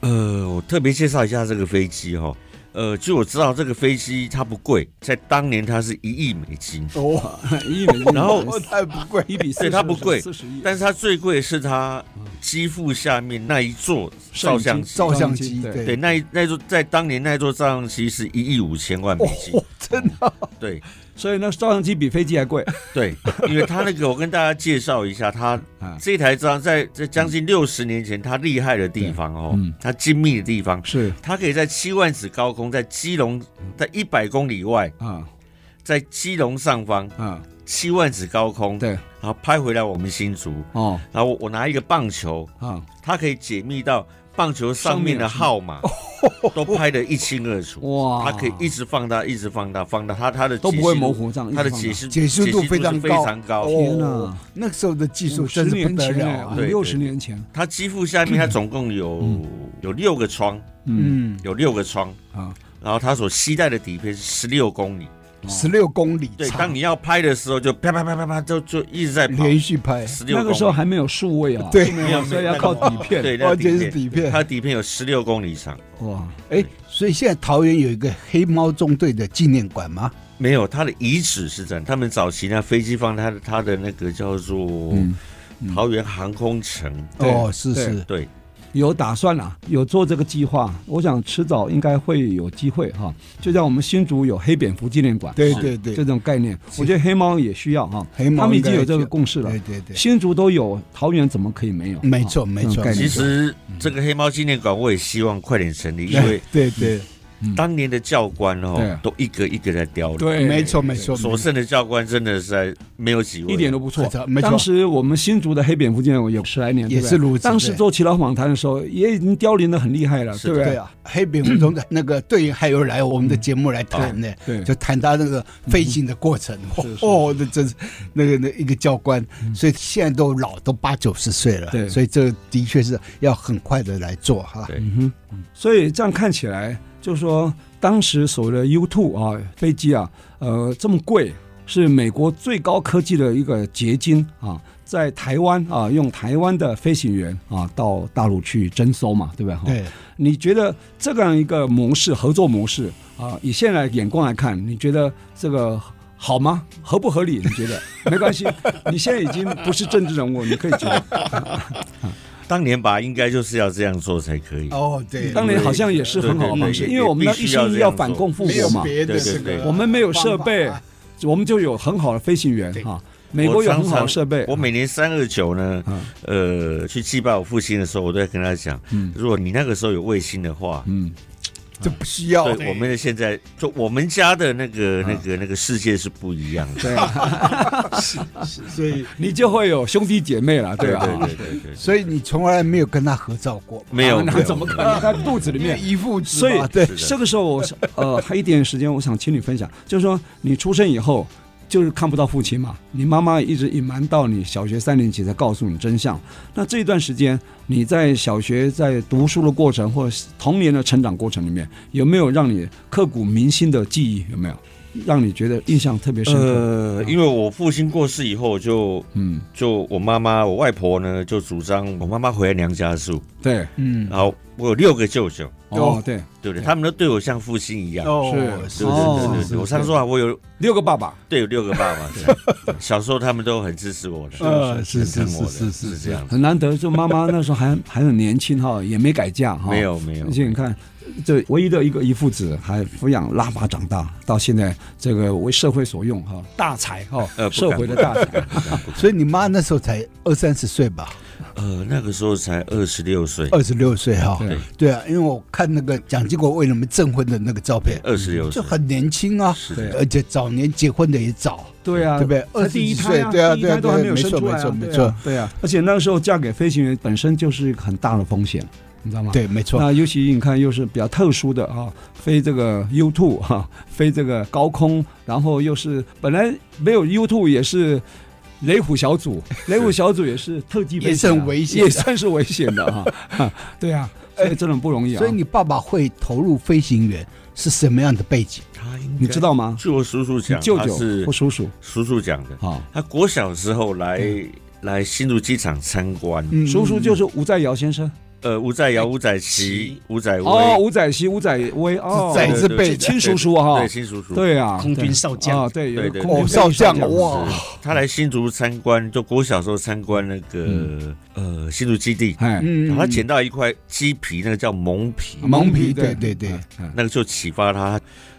呃，我特别介绍一下这个飞机哈、呃，据我知道，这个飞机它不贵，在当年它是一亿美金，
哦，
一美金，
然后
太不贵，
一比四
对
十，
它不贵
四十亿，
但是它最贵的是它机腹下面那一座照相机，
照相机
对
对，
对，
那一那一座在当年那一座照相机是一亿五千万美金，
哦，真的
对
所以那照相机比飞机还贵。
对，因为它那个我跟大家介绍一下，它
啊
这台照相在在将近六十年前它厉害的地方哦，
嗯
它精密的地方，
是
它可以在七万尺高空，在基隆在一百公里外，
啊
在基隆上方
啊，
七万尺高空，
对
然后拍回来我们新竹，
哦
然后我我拿一个棒球，
啊，
它可以解密到棒球上面的号 码，都拍得一清二楚。
哇，
它可以一直放大，一直放大，放大，它它的
都不
解析
会
度
模，糊这样，
它的
一直放
嗯解
大
析
解析度
是
非
非
常高
常高。
天
哦
哪，
那时候的技术
十
真是
年
不得
前
了
哎
啊
五
对！
六十年前，
它机腹下面它总共有、有六个窗，
嗯
嗯，
有六个窗，
啊，
然后它所携带的底片是十六公里。
十
哦
六公里
对，当
长，
你要拍的时候，就啪啪啪啪啪，就就一直在跑。
连续拍，
十六
那
公
个
里，
时候还没有数位啊，
对
没有，所以要靠底片。
对，那
完
个
全
底
是
片，
底片
它。的底片有十六公里长。
哇，
哎，所以现在桃园有一个黑猫中队的纪念馆吗？
没有，它的遗址是这样。他们早期呢，飞机放它的它的那个叫做
嗯嗯
桃园航空城，
对
哦，是
对
是，
对，
有打算啦、啊有做这个计划，我想迟早应该会有机会哈、就像我们新竹有黑蝙蝠纪念馆，
对
哈
对对
这种概念，我觉得黑猫也需要哈、
黑猫
他们已
应该
经有这
需
个
要
共识了
对，对对，
新竹都有，桃园怎么可以没有？
没错
哈
没错
这种概念
其实这个黑猫纪念馆我也希望快点成立，因为
对对
当年的教官
对
哦
啊，
都一个一个在凋零，
对，
没错没错，
所剩的教官真的是在没有几位，
一点都不错
没错没，错
当时我们新竹的黑蝙蝠纪念馆有十来年，
也
对不对
是如此
当时
对
做祈祷访谈的时候，也已经凋零的很厉害了，
是
对不
对
对？
啊，黑蝙蝠中的那个队员还有来我们的节目来谈呢，
嗯对对嗯
就谈他那个飞行的过程。
是嗯
哦，那真是那个那一个教官，所以现在都老都八九十岁了，
对
所以这的确是要很快的来做哈。
对
嗯哼，所以这样看起来，就是说当时所谓的 U two 啊飞机啊，呃，这么贵，是美国最高科技的一个结晶啊，在台湾啊，用台湾的飞行员啊到大陆去征收嘛，对不对？哈
对，
你觉得这样一个模式合作模式啊，以现在的眼光来看，你觉得这个好吗？合不合理？你觉得？没关系， 你现在已经不是政治人物，你可以觉得。
当年吧，应该就是要这样做才可以。
哦对，
当年好像也是很好的方式，
对对对
因为我们的一心一意要反共复
没有
国嘛，
别的
对对
这个
对
方法，
我们没有设备，我们就有很好的飞行员
对
啊。美国有很好的设备，
我每年三二九呢，
嗯
呃，去祭拜我父亲的时候，我都在跟他讲，如果你那个时候有卫星的话，
嗯，
就不需要
对我们的现在，就我们家的那个、
嗯
那个、那个世界是不一样的。
对啊，
所以
你就会有兄弟姐妹了，对啊吧？
对对对对，
所以你从来没有跟他合照过，
没有，
啊那怎么可能在肚子里
因为
面？
一父子
所以
嘛，对，
这个时候我 想呃还有一点时间，我想请你分享，就是说你出生以后就是看不到父亲嘛，你妈妈一直隐瞒到你小学三年级才告诉你真相。那这段时间你在小学在读书的过程或者是童年的成长过程里面，有没有让你刻骨铭心的记忆？有没有让你觉得印象特别深刻？
呃，因为我父亲过世以后，我就
嗯，
就我妈妈、我外婆呢，就主张我妈妈回来娘家住，
对，
嗯
然后我有六个舅舅，
哦，对，
对不对？他们都对我像父亲一样。
哦，
对对对对对，我常说啊，我有
六个爸爸，
对有六个爸爸这样，对小时候他们都很支持我的，
呃是
很疼我的，
是是是
是
是
这样。
很难得。就妈妈那时候还还很年轻哈，也没改嫁哈。
没有没有
而，且你看，这唯一的一个一父子，还抚养拉拔长大，到现在这个为社会所用哈，大才哈
呃，不
社
敢
会的大才。
所以你妈那时候才二三十岁吧，
呃，那个时候才二十六岁，
二十六岁哈
对。
对啊，因为我看那个蒋经国为你们证婚的那个照片，
二十六
就
岁，
很年轻啊，
是
对
的，
而且早年结婚的也早。
对啊，
对不对
才第一
20几
胎啊，
岁对啊
第一胎
对啊
都还没有
对啊
生
没错
出来啊，
没错没
对啊
错
对啊。而且那个时候嫁给飞行员本身就是很大的风险，你知道吗？。啊
对，没错。
那尤其你看，又是比较特殊的啊，飞这个 U two 哈、飞这个高空，然后又是本来没有 U two 也是雷虎小组，雷虎小组也是特技飞行啊
也是很危险的
也算是危险的哈、啊。对啊，所以真的很不容易啊。
所以你爸爸会投入飞行员是什么样的背景？
他应该
你知道吗？
据我叔叔
你
讲，
舅
他
舅
是
或叔叔
叔叔讲的，
啊，
他国小时候来来新竹机场参观，
嗯
叔叔就是吴在尧先生
呃，吴在尧、
哎
吴在奇
奇、
吴在
哦，
威，
吴在熙、吴在威哦，
仔
对
字
对
辈
对
的
亲叔叔啊哈
对，亲叔叔，
对啊，
空军少将
啊，对，有
对
个
对
空军
哦少将
飞行
哇
是
他来新竹参观，就国小时候参观那个呃新竹基地，
哎，
然
嗯
后他捡到一块鸡皮，那个叫蒙皮，
蒙皮，
对
对对对，
嗯
那个就启发他。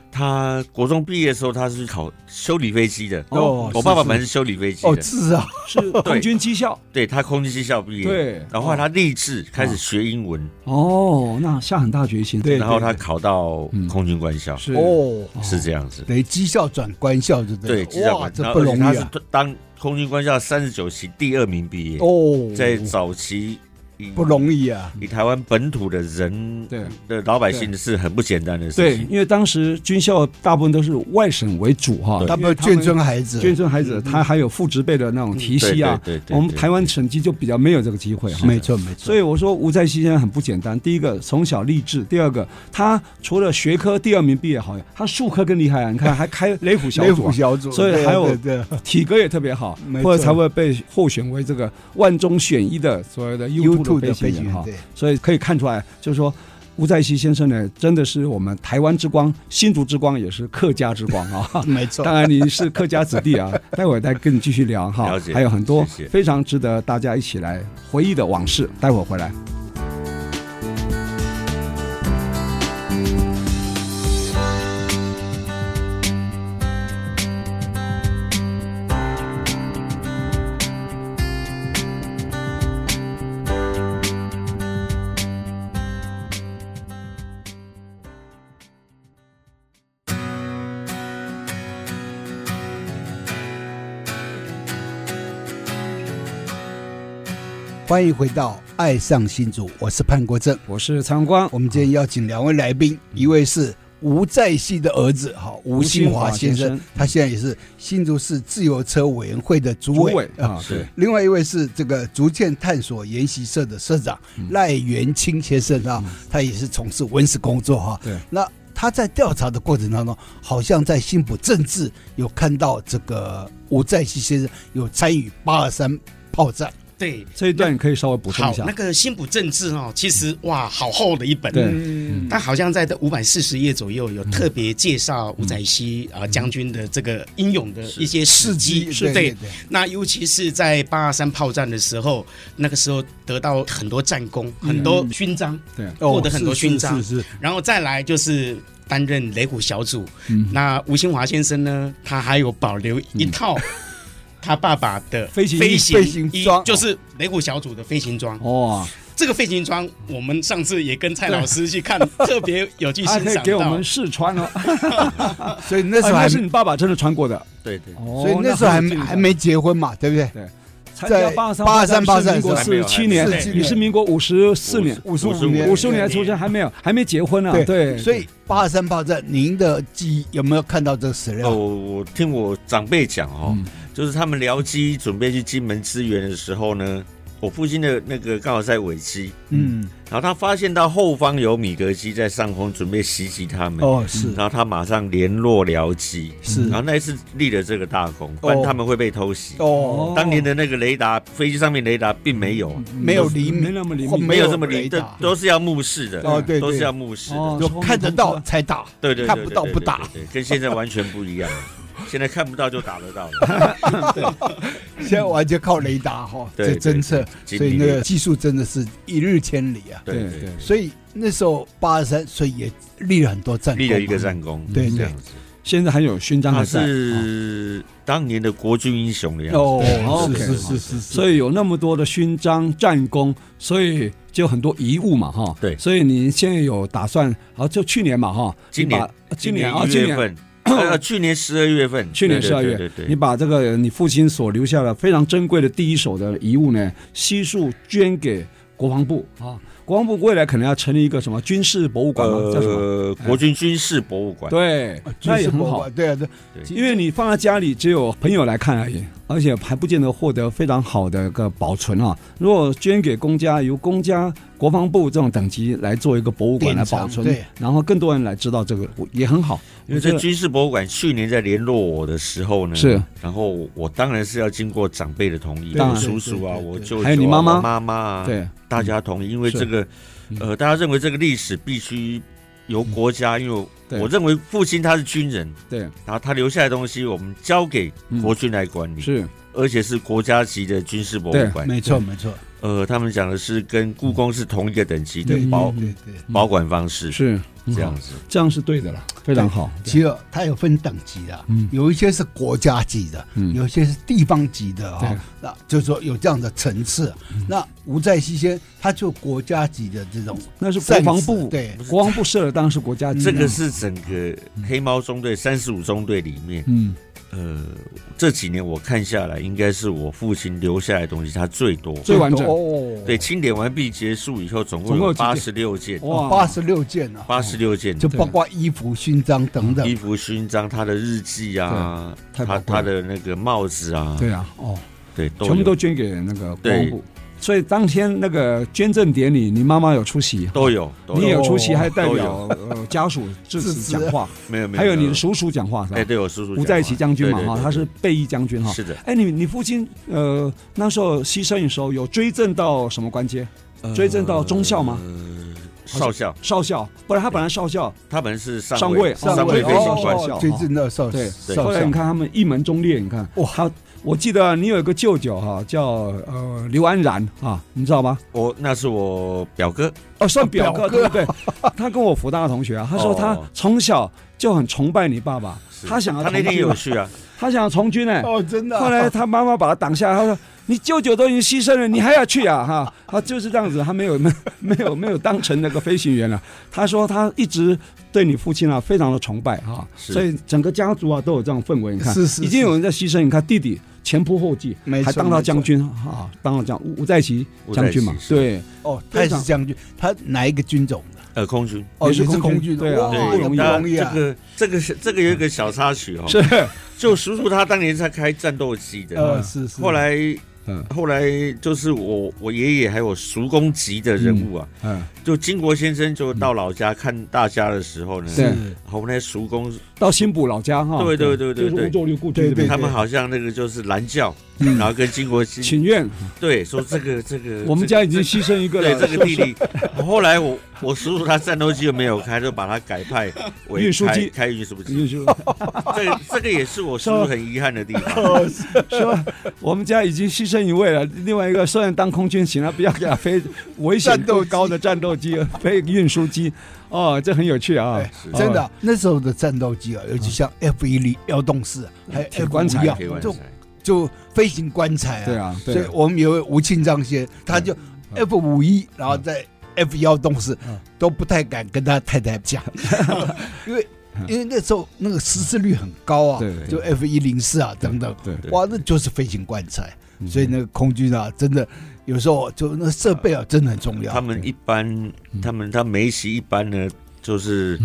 他国中毕业的时候，他是考修理飞机的。
哦
我爸爸本来是修理飞机
哦，
的，
是啊，
是 空军绩效，
对他空军技校毕业。
对，
然后后来他立志开始学英文，
哦，那下很大决心，对
然后他考到
嗯
空军官校，
是
哦，
是这样子。
等于绩效转官校，对不
对，技校
哇，
官
这
然
不
后
容
他
易
是
啊。
当空军官校三十九期第二名毕业，
哦，
在早期以
不容易啊。
以台湾本土的人
对
的老百姓是很不简单的事
对，
情。
因为当时军校大部分都是外省为主哈，
对
他们眷村孩子，
眷村孩子，嗯他还有父职辈的那种提
对
系啊，
对对对，
我们台湾省级就比较没有这个机会哈。
没错没错。
所以我说吴在熙先生很不简单。第一个从小励志，第二个他除了学科第二名毕业好，他数科更厉害啊！你看还开雷虎小
雷
组啊
虎，小组，
所以还有
对
体格也特别好
没，错
或者才会被候选为这个万中选一的所谓的
U
U
two
two
的
的
飞
飞行
行
员
员
哈。
对，。
所以可以看出来，就是说吴在熙先生呢，真的是我们台湾之光、新竹之光，也是客家之光啊
没错
当。然你是客家子弟啊，待会儿再跟你继续聊哈
了，解
还有很多
谢谢
非常值得大家一起来回忆的往事，待会儿回来。
欢迎回到《爱上新竹》，我是潘国正。
我是蔡荣光，
我们今天邀请两位来宾，
嗯
一位是吴在熙的儿子，哈，吴兴华先
吴兴华先
生
生，
他现在也是新竹市自由车委员会的主
主
委
委啊，
是
对，
另外一位是这个逐渐探索研习社的社长赖元清先生啊，他也是从事文史工作哈、
对，
那他在调查的过程当中，好像在新浦政治有看到这个吴在熙先生有参与八二三炮战，
对，
这一段你可以稍微补充
好
一，下
那。个新浦政治哦，其实哇，好厚的一本。
对
嗯，它好像在这五百四十页左右有特别介绍吴载熙啊将军的这个英勇的一些事迹，
对对
对。
对，
那尤其是在八二三炮战的时候，那个时候得到很多战功，很多
嗯
勋章，
对
获得很多勋章
是是是是
然后再来就是。担任雷虎小组，
嗯
那吴兴华先生呢？他还有保留一套他爸爸的
嗯飞行衣
飞
飞
行
行装
就是雷虎小组的飞行装。
哦，
这个飞行装，我们上次也跟蔡老师去看，特别有去
他
欣
可以
赏
给我
到
们。试穿哦，啊
所以 那时候
哦那
还
是
没，
你爸爸真的穿过的，
对对，
哦
所以那时候还没还没结婚嘛，对不对？
参加
在
八三
83
是民国
83
四十七年
47，
你是民国五十四年、
五十五
55年
五十年出生，还没有还没结婚呢。对，
所以八二三炮战，您的记忆有没有看到这个史
哦，
料？
我我听我长辈讲哦，就是他们僚机准备去金门支援的时候呢，我父亲的那个刚好在尾期，
嗯，
然后他发现到后方有米格机在上空准备袭击他们，
哦，是
然后他马上联络僚机，
是
然后那一次立了这个大功，不然
哦
他们会被偷袭。
哦，
当年的那个雷达，飞机上面雷达并没有，
嗯
没有厘
没
米，
那么灵
后
敏，
面没有
这么
雷
灵，
达
都都是要目视的，
哦对对
都是要目视的。
哦
就看得到才打，
对对，对
看不到不打，
对对对对跟现在完全 不一样。现在看不到就打得到了，
现在完全靠雷达哈
对
在
对
侦测，
对
所以
精
那
密
个
的
技术真的是一日千里啊。
对
对
对
对
对，，
所以那时候八十三，所以也立了很多战功嘛，
立了一
啊
个战功，
对
这
对
样子。
现在还有勋章
他
还在，啊
是当年的国军英雄的样子，
哦
哦，
，OK
是是是是是，
所以有那么多的勋章战功，所以就有很多遗物嘛，哈。
对
所以您现在有打算，好，就去年嘛，哈。
今年
你把今年啊，
一
今
月
年。
份， 呃，去年十二月份，
去年
对
十二月
对对，
你
对，
把这个你父亲所留下的非常珍贵的第一手的遗物呢，悉数捐给国防部啊。国防部未来可能要成立一个什么军事博物馆吗？叫什么？哎
呃，国军军事博物馆，
对
啊，
那
军
也
事
很
博物
好
馆，对啊，对，
因为你放在家里只有朋友来看而已，而且还不见得获得非常好的一个保存啊。如果捐给公家，由公家、国防部这种等级来做一个博物馆来
典藏
保存
对，
然后更多人来知道这个也很好。
因
我
为
觉
这
得
军事博物馆去年在联络我的时候呢，
是，
然后我当然是要经过长辈的同意，
当
我
然
叔叔啊，
对对对
我舅舅啊，
还有你妈妈
我妈妈啊，，
对
大家同意，因为
是
这个，呃，大家认为这个历史必须由国家，因为我
对
我认为父亲他是军人，
对
然后他留下来的东西，我们交给国军来管理，
是
而且是国家级的军事博物
哎
馆。
没错没错，
呃，他们讲的是跟故宫是同一个等级的
对
保
对嗯对对，
保管方式，
是
这，
很
样
好
子。
嗯这样是对的了，非常好。
其实它有分等级的
嗯，
有一些是国家级的，
嗯
有一些是地方级的哈
对，嗯
那就是说有这样的层次。那吴在西先他就国家级的这种
那是
战
国防
士
部，
对
国防部设的当然是国家级啊
这
的
个是整个黑猫中队三十五中队里面，
嗯，
呃，这几年我看下来，应该是我父亲留下来的东西，他最多。
最完整
哦，
对，清点完毕结束以后，总共
总共
有
有几
八十六件，
八十六件啊呢，
八十六件，
嗯就包括衣服、勋章等等
衣。服、勋章、他的日记啊，
对太
他
宝贵
他
了
的那个帽子啊，
对啊，哦，
对，都
全部
有
都捐给那个国防
对
部。所以当天那个捐赠典礼，你妈妈有出席，
都有，都
你也有
有
出席，还代
都
表呃家属致辞
致辞
讲话，
没有没有，
还有你的
没
叔叔讲话是
哎，
吧？
对我叔叔
吴在奇将军嘛
对对
哈，
对
他是备役将军哈。
是的，
哎，你你父亲呃那时候牺牲的时候有追赠到什么官阶？追赠到中校吗？
呃少校，
少校，不然他本来少校，
他本来是
上
尉，
尉上
尉
尉
飞行官
哦，校
最近的少
对
对
少
后来你
校，
看他们一门忠烈，你看哇，他我记得你有一个舅舅哈，叫呃刘安然啊，你知道吗？
我那是我表哥，
哦，算表哥
表哥
对不对？他跟我福大的同学啊，他说
哦
他从小就很崇拜你爸爸，
是
他想要
他那
从
天
军
有
嘛
去啊，
他想要从军呢。
哦，真的啊。
后来他妈妈把他挡下，他说：“你舅舅都已经牺牲了，你还要去啊？”哈，他就是这样子，他没有没 没有没有当成那个飞行员了。他说他一直对你父亲啊非常的崇拜哈、
是
所以整个家族啊都有这种氛围。你看，
是是
已经有人在牺牲，你看弟弟前仆后继
没，错
还当到将军啊，当了将吴吴在奇将军嘛
吴在，奇是
对，
哦，他也是将军，他哪一个军种的？
呃，空军。
哦，
也是
也是
空
空
军
军
对
的，
啊
哇
哦不
不
对，
容
容
易
易
那
啊。
这个这个是这个有一个小插曲哦，
是，
就叔叔他当年在开战斗机的
啊
呃，，是是。
后来
嗯
后来就是我我爷爷还有叔公级的人物啊，
嗯，
就金国先生就到老家看大家的时候呢，
对
是
我们那叔公
到新浦老家哈，
对对对
就
对
是
对
吴周六故居这边
对
他们好像那个就是蓝教，然后跟金国先
请愿，
对说这个这 个
嗯我们
这
家已经牺牲一个
对
了，
这个地 理， 我后来我我叔叔他战斗机又没有开，就把它改派为
运输
开
机
开运输机，
就是
这个这个也是我叔叔很遗憾的地方。
哦说我们家已经牺牲一位了，另外一个虽然当空军行了，不要给他飞危险度高的战斗机、飞运输机，哦，这很有趣啊
哎，真的，那时候的战斗机啊，尤其像 F 一零幺洞四，还
嗯
有
铁
F
棺材
一啊
可以，玩
就
起来
就飞行棺材啊。
对，啊，
所
对
以
啊，
我们有位吴庆章先，他就 F 五一，然后在 F 幺洞四
嗯
都不太敢跟他太太讲，因为因为那时候那个失事率很高啊
对，对
就 F 一零四啊等等，
对嗯
对
哇，那就是飞行棺材。所以那个空军啊，真的有时候就那个设备啊，真的很重要。
他们一般，
嗯
他们他每一期一般呢，就是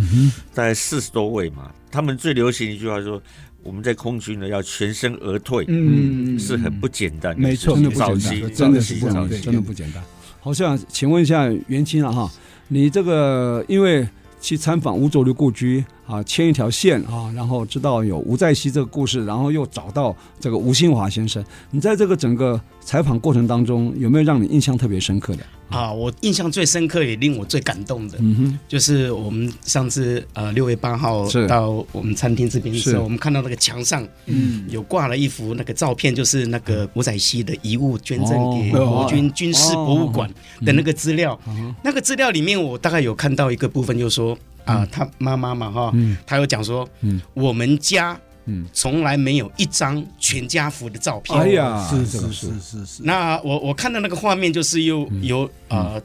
大概四十多位嘛。他们最流行一句话说：“我们在空军呢要全身而退，
嗯
是很不简单的
没
事
错
情
真的不
早
简
期
单，真的是
早期
不
早
简
期
单，真的不简单。好像，请问一下袁青啊哈，你这个因为去参访吴浊流故居啊，牵一条线啊，然后知道有吴在熙这个故事，然后又找到这个吴兴华先生，你在这个整个采访过程当中，有没有让你印象特别深刻的？
啊，我印象最深刻也令我最感动的，
嗯
就是我们上次呃六月八号
是
到我们餐厅这边的时
是
候，我们看到那个墙上
嗯
有挂了一幅那个照片，就是那个吴载熙的遗物捐赠给
哦嗯
国军军事博物馆的那个资料。
哼，
那个资料里面，我大概有看到一个部分，就是说啊，他妈妈嘛哈，
嗯
他有讲说
嗯，
我们家
嗯，
从来没有一张全家福的照片。
哎呀，
是
这个
是是是是，
那我我看到那个画面，就是有有呃，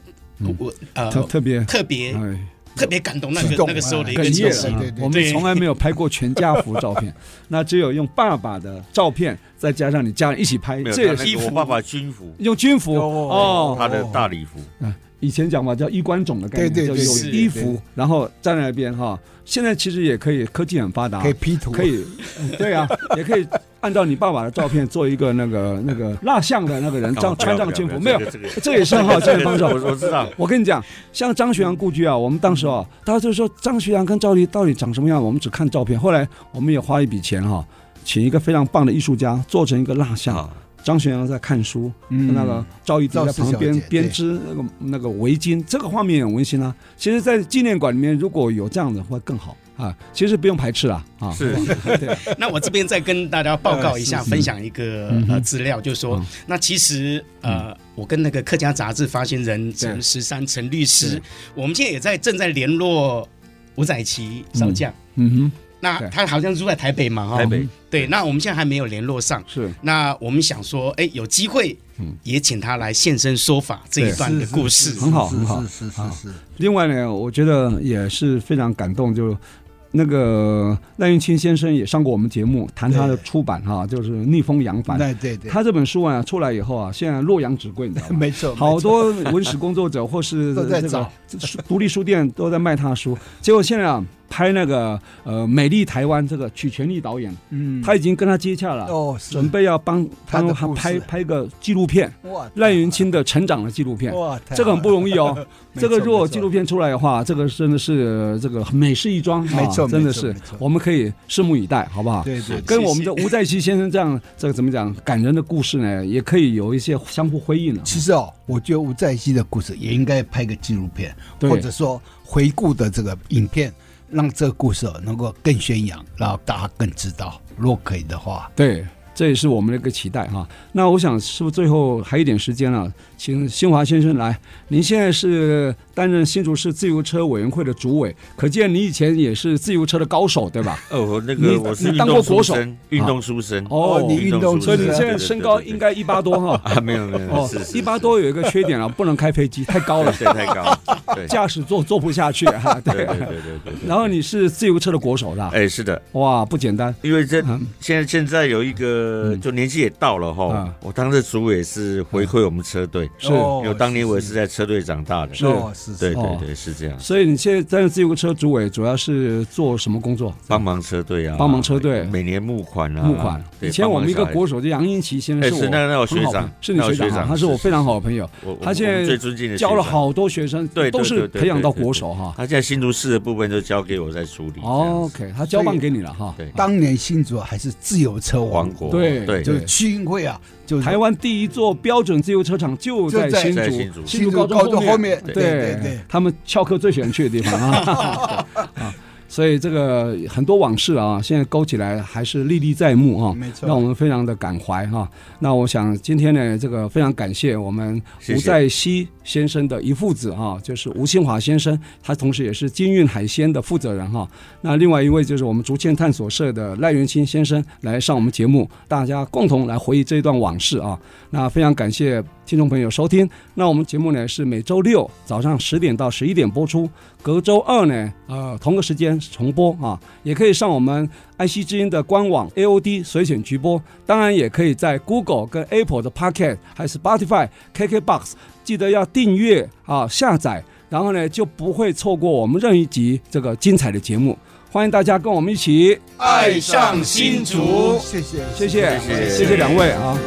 我呃
嗯特特别
特别
哎。
特别感动那
激
个
动
那个时候的一
哽
个
哎
情
咽
哽
绪
对
了啊
对对！
我们
对
从来没有拍过全家福照 片，那只有用爸爸的照片，再加上你家人一起拍，
没有
这也
他
是
那个我爸爸军服，
用军服哦。
他的大礼服，
以前讲嘛叫衣冠冢的概念，
对对对
就有
是
衣服，然后站在那边哈。现在其实也可以，科技很发达
可以，P 图，
可以，嗯对 啊，也可以按照你爸爸的照片做一个那个那个蜡像的那个
哦
人，这样穿上军服没有
这，个这个
这也是很好，这也帮手。
我我知道，
我跟你讲，像张学良故居啊，我们当时啊，大家就说张学良跟赵丽到底长什么样，我们只看照片。后来我们也花一笔钱哈、请一个非常棒的艺术家做成一个蜡像。
啊
张学良在看书，
嗯
那个赵丽在
赵氏
旁边
小姐
编织那个那个围巾，这个画面很温馨啊。其实，在纪念馆里面如果有这样的会更好啊。其实不用排斥啊啊，
是
对啊，
那我这边再跟大家报告一下，
是是
分享一个
嗯
呃
哼
资料，就是说
嗯，
那其实呃，我跟那个客家杂志发行人陈十三陈律师
对，
我们现在也在正在联络吴载琪少将。
嗯哼，嗯
那
对
他好像住在台北嘛，哈，
台北
对。那我们现在还没有联络上，
是
那我们想说，哎，有机会
嗯
也请他来现身说法这一段的故事
是。很好很好
是是是是，
另外呢，我觉得也是非常感动，就那个赖云清先生也上过我们节目，谈他的出版哈、就是《逆风扬帆》。
那对对，
他这本书啊出来以后啊，现在洛阳纸贵，你知道吗？
没错，
好
没错
多文史工作者或 是
都在
这个
找
书独立书店都在卖他的书，结果现在啊拍那个呃《美丽台湾》这个曲全力导演，
嗯，
他已经跟他接洽了，
哦是
准备要帮
他的
他
故事
拍拍个纪录片，
哇
赖云清的成长的纪录片。
哇，太好
这个很不
了
容易哦。
没
这
错
个如果
没错
纪录片出来的话，这个真的是这个美事一桩，
没错
啊真的
没错
是
没错，
我们可以拭目以待，好不好？
对对
跟我们的吴在熙先生这样，这个怎么讲感人的故事呢，也可以有一些相互辉映啊了。
其实哦，我觉得吴在熙的故事也应该拍个纪录片，
对
或者说回顾的这个影片，让这个故事哦能够更宣扬，然后大家更知道。如果可以的话，
对，这也是我们的一个期待哈、那我想是不是最后还有一点时间啊？请新华先生来，您现在是担任新竹市自由车委员会的主委，可见你以前也是自由车的高手，对吧？
哦，我那个
你
我是
你
运
当
动
过国手
书生，运动书生
哦
你运动
所以你
是啊
现在身高应该一八多哈、
啊没有没有
哦
是，是
一八
是
多有一个缺点啊，不能开飞机，太高了，
对太高了， 对
驾驶座坐不下去 啊。
对
对
对对对对。
然后你是自由车的国手啦，
哎是的，
哇，不简单。
因为这
啊嗯
现在现在有一个
嗯
就年纪也到了
啊
哈，我当时主委是回馈我们车队，
是
哦
因为当年我也是在车队长大的，
是
哦是
对
是
对对是这样，
所以你现在担任自由车主委，主要是做什么工作？
帮忙车队啊，
帮忙车队
每年募款啊，
募款。
对
以前我们一个
帮忙小孩
国手叫杨英奇先
哎
生，
是
我
那那我
很好
学长
朋友是你
那我
学
学
长啊，
长
他是我
是是
非常好的朋友，
我我
他现
我们
在
最尊敬的
教了
学长，
好多学生
对，对
都是
对对
培养到
对对
国
对
手哈。
他现在新竹市的部分都交给我在处理。
哦
哦，
OK，他交棒给你了哈。
对
当年新竹还是自由车王
王，国
对
对
就是区运会啊，就是
台湾第一座标准自由车场就
就
在
在
新
在新
竹，
竹
新竹
高
高中
后
后面，对对对，
他们翘课最喜欢去的地方 啊啊，所以这个很多往事啊，现在勾起来还是历历在目啊，
没错
让我们非常的感怀啊哈、那我想今天呢，这个非常感谢我们
谢
吴
谢
在熙先生的一父子啊，就是吴兴华先生，他同时也是金运海鲜的负责人哈、那另外一位就是我们竹堑探索社的赖元清先生来上我们节目，大家共同来回忆这一段往事啊。那非常感谢听众朋友收听。那我们节目呢是每周六早上十点到十一点播出，隔周二呢呃同个时间重播啊，也可以上我们爱惜之音的官网 AOD 随选直播，当然也可以在 Google 跟 Apple 的 Pocket 还是 Spotify、KKBox，记得要订阅啊下载，然后呢就不会错过我们任一集这个精彩的节目。欢迎大家跟我们一起
爱上新竹，
谢谢，
谢
谢
谢
谢
谢谢两位啊。